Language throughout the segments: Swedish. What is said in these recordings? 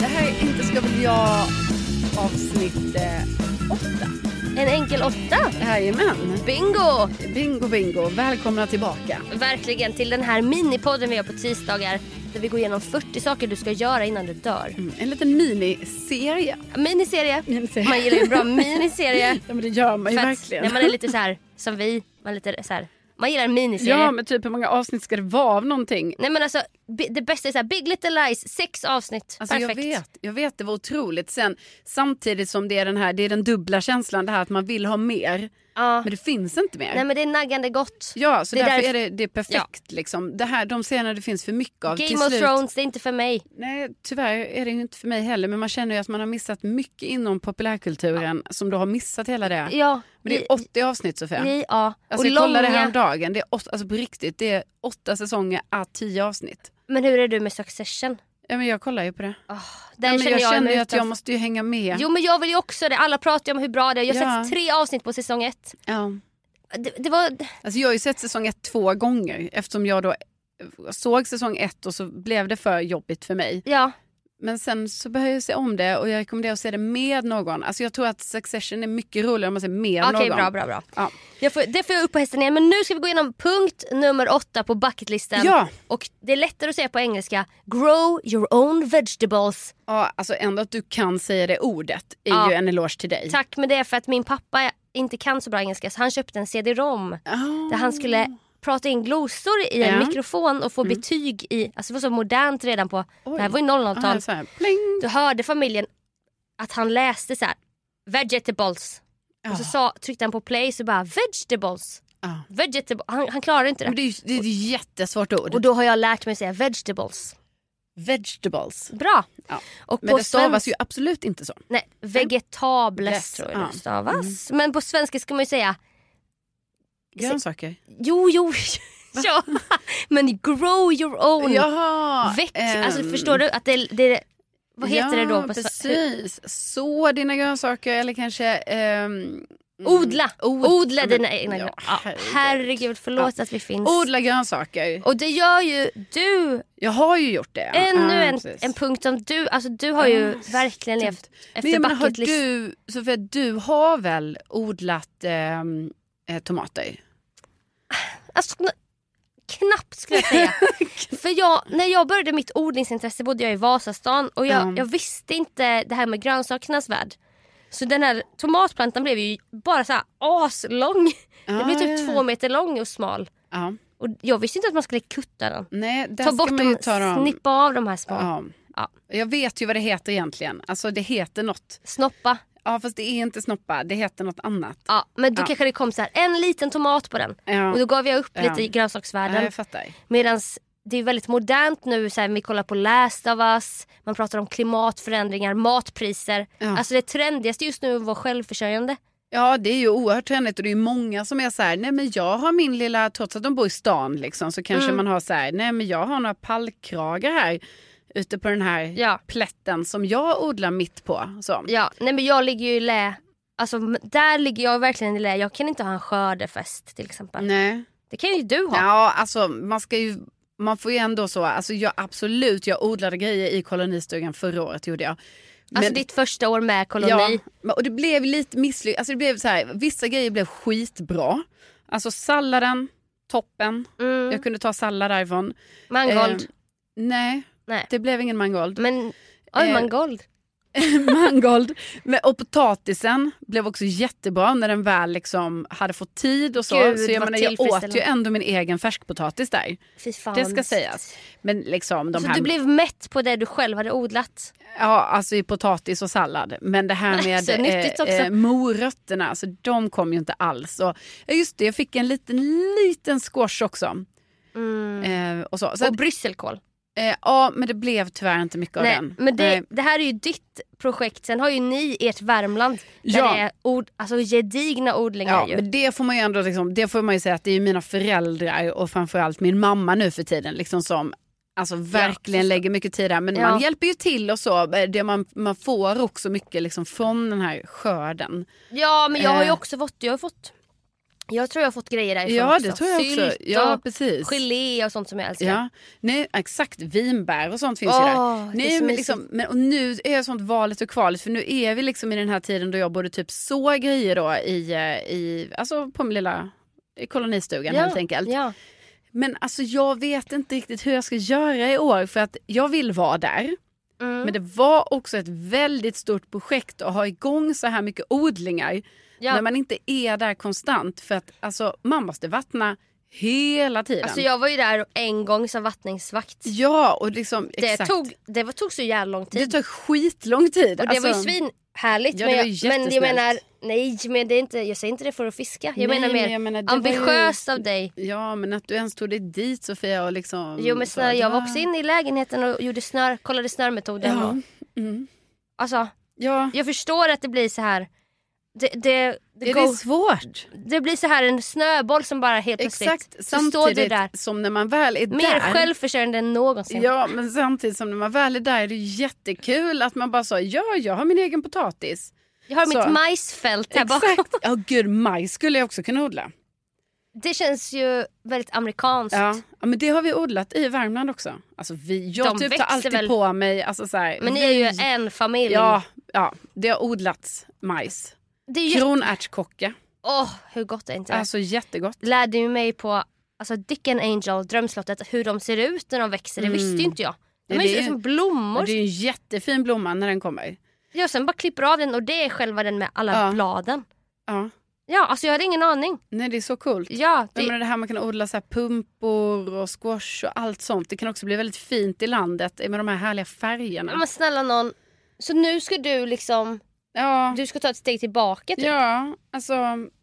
Det här är Inte ska väl jag avsnitt eh, åtta. En enkel åtta. Jajamän. Bingo! Bingo bingo. Välkomna tillbaka. Verkligen till den här minipodden vi gör på tisdagar där vi går igenom 40 saker du ska göra innan du dör. Mm, En liten miniserie. Miniserie. Miniserie. Man gillar ju en bra miniserie. Ja men det gör man ju För att verkligen. När man är lite så här som vi, man, är lite så här, man gillar en miniserie. ja men typ hur många avsnitt ska det vara av någonting? Nej men alltså bi- det bästa är så här, Big Little Lies, sex avsnitt. Alltså jag Perfekt. vet, jag vet, det var otroligt. Sen, samtidigt som det är den här, det är den dubbla känslan det här att man vill ha mer. Ja. Men det finns inte mer. Nej men det är naggande gott. Ja, så Det är därför därför- är det, det är perfekt. Liksom. Det här, de scener det finns för mycket av. till Game of slut- Thrones, det är inte för mig. Nej, tyvärr är det ju inte för mig heller. Men man känner ju att man har missat mycket inom populärkulturen som du har missat hela det. Ja, Men det är 80 avsnitt Sofia. vi, ja. Alltså, jag kollade det här om dagen. Det är åt, alltså på riktigt, det är åtta säsonger à tio avsnitt. Men hur är du med Succession? Ja, men jag kollar ju på det. Oh, Ja, där men jag, känner mig ju att jag utanför. måste ju hänga med. Jo men jag vill ju också det. Alla pratar ju om hur bra det är. Jag har Ja. sett tre avsnitt på säsong ett. Ja. Det, det var... Alltså, jag har ju sett säsong ett två gånger eftersom jag då eh, såg säsong ett och så blev det för jobbigt för mig. Ja. Men sen så behöver jag se om det och jag rekommenderar att se det med någon. Alltså jag tror att Succession är mycket roligare om man ser med Okej någon. bra bra bra. Ja. Jag får, det får jag upp på hästen igen. Men nu ska vi gå igenom punkt nummer åtta på bucketlisten. Ja. Och det är lättare att säga på engelska. Grow your own vegetables. Ja, alltså ändå att du kan säga det ordet är Ja. ju en eloge till dig. Tack men det är för att min pappa inte kan så bra engelska så han köpte en CD-ROM. Ah. Där han skulle prata in glosor i en Ja. Mm. mikrofon och få betyg i. Alltså det var så modernt redan på. Det här var ju Ah, 00-tal. så här, pling. Då hörde familjen att han läste så här. Vegetables. Och så sa, tryckte han på play så bara vegetables. Ja. Vegetable. Han, han klarade inte Men det. det är ju det är ett jättesvårt ord. Och då har jag lärt mig säga vegetables. Vegetables. Bra. Ja. Och Men det stavas svensk- ju absolut inte så. Nej, vegetables Yes, tror jag ja. det Mm. stavas. Men på svenska ska man ju säga Grönsaker. jo, jo, ja. Men grow your own. Jaha. Väck. ehm, Alltså förstår du att det, det vad ja, heter det då på svenska? precis. Så dina grönsaker eller kanske... ehm, Odla. Od- Odla men- dina egna. ja, Ja, herregud. herregud, förlåt att vi finns. Odla grönsaker. Och det gör ju du. Jag har ju gjort det. Ännu Ja, en, precis. typ. en punkt som du, alltså du har ju verkligen levt Men efter jag menar, har bucket list. du, Sofia, du har väl odlat ehm, eh, tomater? Alltså, n- knappt skulle jag säga. För jag, när jag började mitt odlingsintresse bodde jag i Vasastan och jag, Mm. jag visste inte det här med grönsakernas värld. Så den här tomatplantan blev ju bara så här aslång. Den blev typ två meter lång och smal. Ja. Och jag visste inte att man skulle kutta den. Nej, där Ta bort ska man ju dem, ta dem. snippa av de här små. Ja. Ja. Jag vet ju vad det heter egentligen. Alltså det heter något. Snoppa. Ja fast det är inte snoppa, det heter något annat. Ja, men då Ja. kanske det kom så här, en liten tomat på den. Ja. Och då gav jag upp Ja. lite i grönsaksvärlden. Ja, jag fattar. Medan det är väldigt modernt nu, så här, vi kollar på Last of Us, man pratar om klimatförändringar, matpriser. Ja. Alltså det trendigaste just nu är att vara självförsörjande. Ja det är ju oerhört trendigt och det är ju många som är så här, nej men jag har min lilla, trots att de bor i stan liksom så Mm. kanske man har så här, nej men jag har några pallkragar här ute på den här Ja. plätten som jag odlar mitt på. Så. Ja, nej men jag ligger ju i lä. Alltså m- där ligger jag verkligen i lä. Jag kan inte ha en skördefest till exempel. Nej. Det kan ju du ha. Ja, alltså man ska ju man får ju ändå så, alltså jag absolut, jag odlade grejer i kolonistugan förra året gjorde jag. alltså Men- ditt första år med koloni. Ja, men- och det blev lite misslyckat. Alltså det blev så här, vissa grejer blev skitbra. Alltså salladen, toppen. Mm. Jag kunde ta sallad därifrån. Mangold. Eh, nej, Nej. det blev ingen mangold. Men, oj eh, mangold. mangold. Men, och potatisen blev också jättebra när den väl liksom hade fått tid och så. Gud, så jag, vad menar, jag åt ju tillfredsställande. ändå min egen färskpotatis där. Fy fan. Det vad ska mysigt. sägas. Men liksom de Så här... du blev mätt på det du själv hade odlat? Ja, alltså i potatis och sallad. Men det här med Så nyttigt också. eh, eh, morötterna, alltså, de kom ju inte alls. Och, ja, just det, jag fick en liten, liten squash också. Mm. Eh, och så. Så, Och brysselkål. att, eh, ja, men det blev tyvärr inte mycket Nej, av den. men Nej. det, det här är ju ditt projekt. Sen har ju ni ert Värmland där Ja. det är od, alltså gedigna odlingar. Ja, ju. men det får man ju ändå liksom, det får man ju säga att det är ju mina föräldrar och framförallt min mamma nu för tiden liksom som alltså verkligen lägger mycket tid där. Men Ja. man hjälper ju till och så. Eh, Det man, man får också mycket liksom från den här skörden. ja, men jag har ju Eh. också fått, jag har fått jag tror jag har fått grejer därifrån Ja, också. det tror jag också. Sylt Ja, och precis. gelé och sånt som jag älskar. Ja, nej, exakt. Vinbär och sånt finns ju Åh, där. det är Nej, så men mysigt. liksom, men, och nu är jag sånt valet och kvalet för nu är vi liksom i den här tiden då jag borde typ så grejer då i, eh, i alltså på min lilla i kolonistugan helt enkelt. Ja. Men alltså jag vet inte riktigt hur jag ska göra i år för att jag vill vara där. Mm. Men det var också ett väldigt stort projekt att ha igång så här mycket odlingar Ja. när man inte är där konstant för att alltså man måste vattna hela tiden. Alltså jag var ju där en gång som vattningsvakt. Ja, och liksom Det, exakt. tog, det var, tog så jävla lång tid. Det tar skitlång tid. Alltså, Och det var ju svinhärligt. Ja, det men, var jag, ju men jag jättesnällt. menar, nej men det är inte, jag säger inte det för att fiska. Jag Nej, menar mer men jag menar, det var ju- ambitiöst av dig. Ja, men att du ens tog dig dit Sofia och liksom... Jo men snö, bara, jag var ja. också inne i lägenheten och gjorde snör, kollade snörmetoden. Ja. Och, Mm. alltså, Ja, jag förstår att det blir så här. Det, det, det, är går, det svårt? det blir så här en snöboll som bara helt plötsligt. Exakt, så står du samtidigt där. som när man väl är Mer där. självförsörjande än någonsin. Ja, men samtidigt som när man väl är där är det ju jättekul att man bara sa ja, jag har min egen potatis. jag har så. mitt majsfält här bakom. Exakt. Ja, gud, majs skulle jag också kunna odla. Det känns ju väldigt amerikanskt. Ja. ja, men det har vi odlat i Värmland också. Alltså vi, jag De typ tar växer alltid väl- på mig, alltså så här, Men ni är ju vi- en familj. Ja, ja, det har odlats majs. Det är ju... Kronärtskocka. Åh, hur gott är inte det? Alltså jättegott. lärde ju mig på alltså Dicken Angel, drömslottet, hur de ser ut när de växer. Det visste ju inte jag. De Nej, är Mm. det ju är- som Och blommor. det är en jättefin blomma när den kommer. Jag sen bara klipper av den och det är själva den med alla Ja. bladen. Ja. Ja, alltså jag hade ingen aning. Nej, det är så coolt. Ja, Det... det, Men det här man kan odla så här pumpor och squash och allt sånt. Det kan också bli väldigt fint i landet med de här härliga färgerna. ja, men snälla någon. Så nu ska du liksom, Ja, du ska ta ett steg tillbaka typ. ja alltså,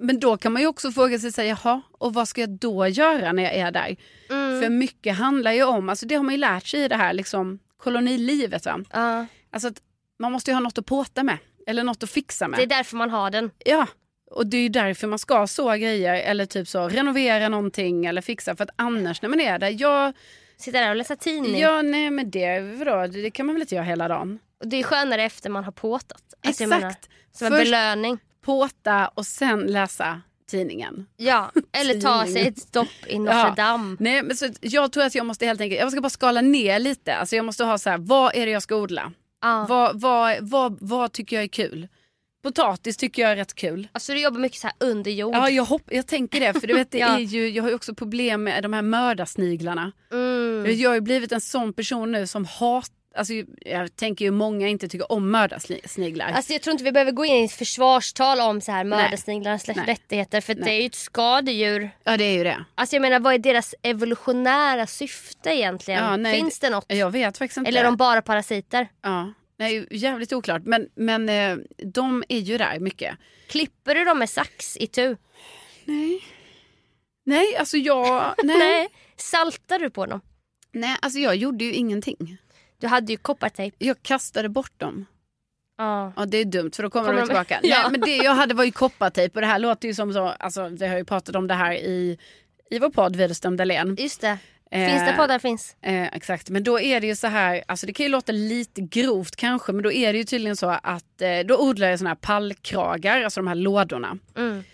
men då kan man ju också fråga sig, så här, jaha, och vad ska jag då göra när jag är där? Mm. För mycket handlar ju om, alltså det har man ju lärt sig i det här liksom, kolonilivet. Va? Ja, Alltså att man måste ju ha något att påta med, eller något att fixa med. det är därför man har den. Ja, och det är ju därför man ska så grejer eller typ så renovera någonting eller fixa för att annars när man är där, ja, Sitta där och läsa tidning. ja nej men det, vadå, det kan man väl inte göra hela dagen. Och det är skönare efter man har påtat. Alltså, jag menar, Exakt, som en Först- belöning. påta och sen läsa tidningen. Ja, eller ta Tidning. sig ett stopp i Notre Ja. Dame. Nej men så att jag tror att jag måste helt enkelt, jag ska bara skala ner lite, alltså jag måste ha så här, vad är det jag ska odla? Ja. Vad, vad, vad, vad tycker jag är kul? Potatis tycker jag är rätt kul. Alltså du jobbar mycket så här under jord. Ja, jag, hopp, jag tänker det. För du vet, det Ja. är ju, jag har ju också problem med de här mördarsniglarna. Mm. Jag har ju blivit en sån person nu som hatar... Alltså, jag tänker ju många inte tycker om mördarsniglar. Alltså jag tror inte vi behöver gå in i ett försvarstal om så här Nej. mördarsniglarnas Nej. rättigheter för Nej. det är ju ett skadedjur. ja, det är ju det. Alltså jag menar vad är deras evolutionära syfte egentligen? Ja, nej, Finns det något? Jag vet faktiskt inte. Eller är de bara parasiter? Ja. Nej, jävligt oklart. Men, men eh, de är ju där mycket. Klipper du dem med sax i Mm. tu? Nej. Nej, alltså jag... Nej. nej. Nej. Saltar du på dem? alltså jag gjorde ju ingenting. Du hade ju koppartejp. Jag kastade bort dem. Ja. Ja, det är dumt för då kommer, Kommer de de- tillbaka. Ja. Nej, men det jag hade var ju koppartejp och det här låter ju som så... Alltså, vi har ju pratat om det här i, i vår podd Widerström Dahlén. Just det. Eh, Finns det poddar finns? Eh, exakt, men då är det ju så här, alltså det kan ju låta lite grovt kanske, men då är det ju tydligen så att eh, då odlar jag såna här pallkragar, alltså de här lådorna. Mm.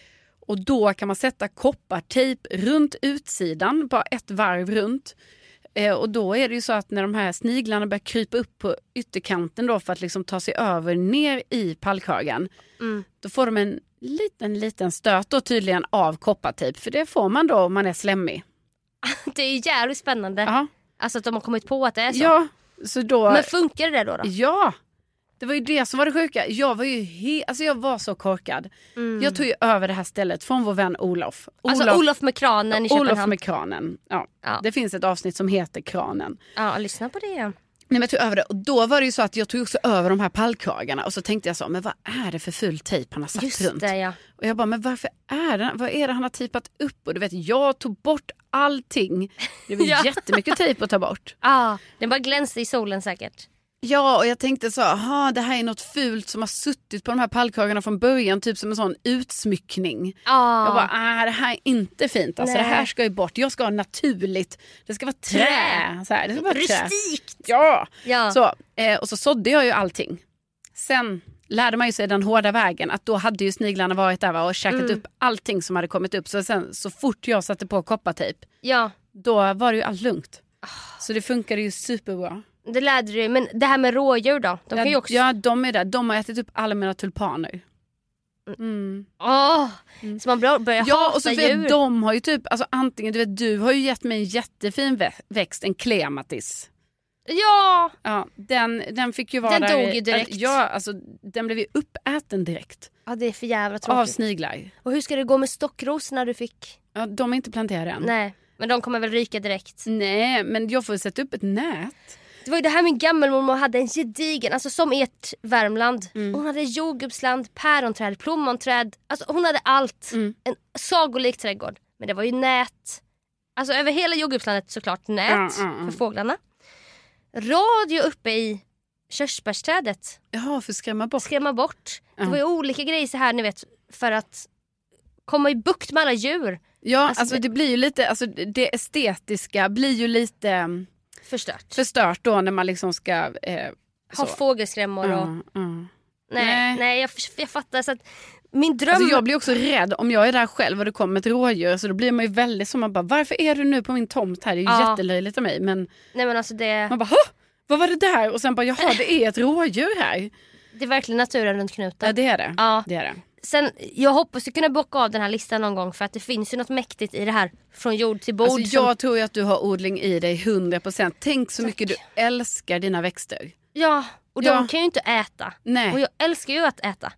Och då kan man sätta koppartejp runt utsidan, bara ett varv runt. Eh, och då är det ju så att när de här sniglarna börjar krypa upp på ytterkanten då för att liksom ta sig över ner i pallkragen, Mm. då får de en liten, liten stöt då tydligen av koppartejp, för det får man då om man är slemmig. Det är ju jävligt spännande. Ja, Alltså att de har kommit på att det är så. ja så då... Men funkar det där då? då? Ja! Det var ju det som var det sjuka. Jag var ju he- alltså jag var så korkad. Mm. Jag tog ju över det här stället från vår vän Olof. Alltså Olof med kranen i Olof Köpenhamn. med kranen. Ja. Ja. Det finns ett avsnitt som heter Kranen. Ja, lyssna på det igen. Nej, men jag tog över det. Och då var det ju så att jag tog också över de här pallkragarna och så tänkte jag så, men vad är det för ful tejp han har satt Just runt? det ja. Och jag bara, men varför är det, vad är det han har tejpat upp? Och du vet, jag tog bort allting. Det var Ja. jättemycket tejp att ta bort. Ah, den bara glänste i solen säkert. Ja, och jag tänkte så, aha, det här är något fult som har suttit på de här pallkragarna från början, typ som en sån utsmyckning. Ah. Jag bara, ah, det här är inte fint, alltså, det Nej. här ska ju bort, jag ska ha naturligt, det ska vara trä. Trä. Så här, det ska vara trä. Rustikt! Ja. Ja. Så, eh, och så sådde jag ju allting. Sen lärde man ju sig den hårda vägen att då hade ju sniglarna varit där va, och käkat Mm. upp allting som hade kommit upp. Så sen så fort jag satte på koppartejp, ja. då var det ju allt lugnt. Ah. Så det funkade ju superbra. Det lärde du dig. Men det här med rådjur då? De kan ju ja, också... ja, de är där. De har ätit upp alla mina tulpaner. Mm. Åh! Så man bör- börjar Ja, hata och så för djur. att de har ju typ, alltså antingen, du vet du har ju gett mig en jättefin vä- växt, en klematis. Ja! Ja, den, den fick ju vara Den där. i- dog ju direkt. Ja, alltså den blev ju uppäten direkt. Ja, det är för jävla Av tråkigt. sniglar. Och hur ska det gå med stockrosorna du fick? Ja, de är inte planterade än. Nej, men de kommer väl ryka direkt. Nej, men jag får sätta upp ett nät. Det var ju det här min gammelmormor hade en gedigen, alltså som ert Värmland. Mm. Hon hade jordgubbsland, päronträd, plommonträd. Alltså hon hade allt. Mm. En sagolik trädgård. Men det var ju nät. Alltså över hela jordgubbslandet såklart nät Ja, ja, ja. för fåglarna. Radio uppe i körsbärsträdet. Jaha, för att skrämma bort. Skrämma bort. Det Ja. var ju olika grejer så här ni vet för att komma i bukt med alla djur. Ja, alltså, Alltså, det... blir ju lite, alltså det estetiska blir ju lite mm, Förstört. förstört då när man liksom ska... Eh, så. ha fågelskrämmor och... Ja, ja. Nej, Nej. nej. jag, jag fattar. Så att min dröm... Alltså jag blir också rädd om jag är där själv och det kommer ett rådjur. Så då blir man ju väldigt som man bara, varför är du nu på min tomt här? Det är ju Ja. jättelöjligt av mig. Men Nej men alltså det... man bara, "Hå? vad var det där? Och sen bara, jaha det är ett rådjur här. Det är verkligen naturen runt Ja knuten. det är det. Ja. det, är det. Sen, jag hoppas ju kunna bocka av den här listan någon gång för att det finns ju något mäktigt i det här från jord till bord. Alltså, jag tror ju att du har odling i dig 100%. Tänk så mycket du älskar dina växter. som, ja, och de Ja. kan ju inte äta. Nej. Och jag älskar ju att äta.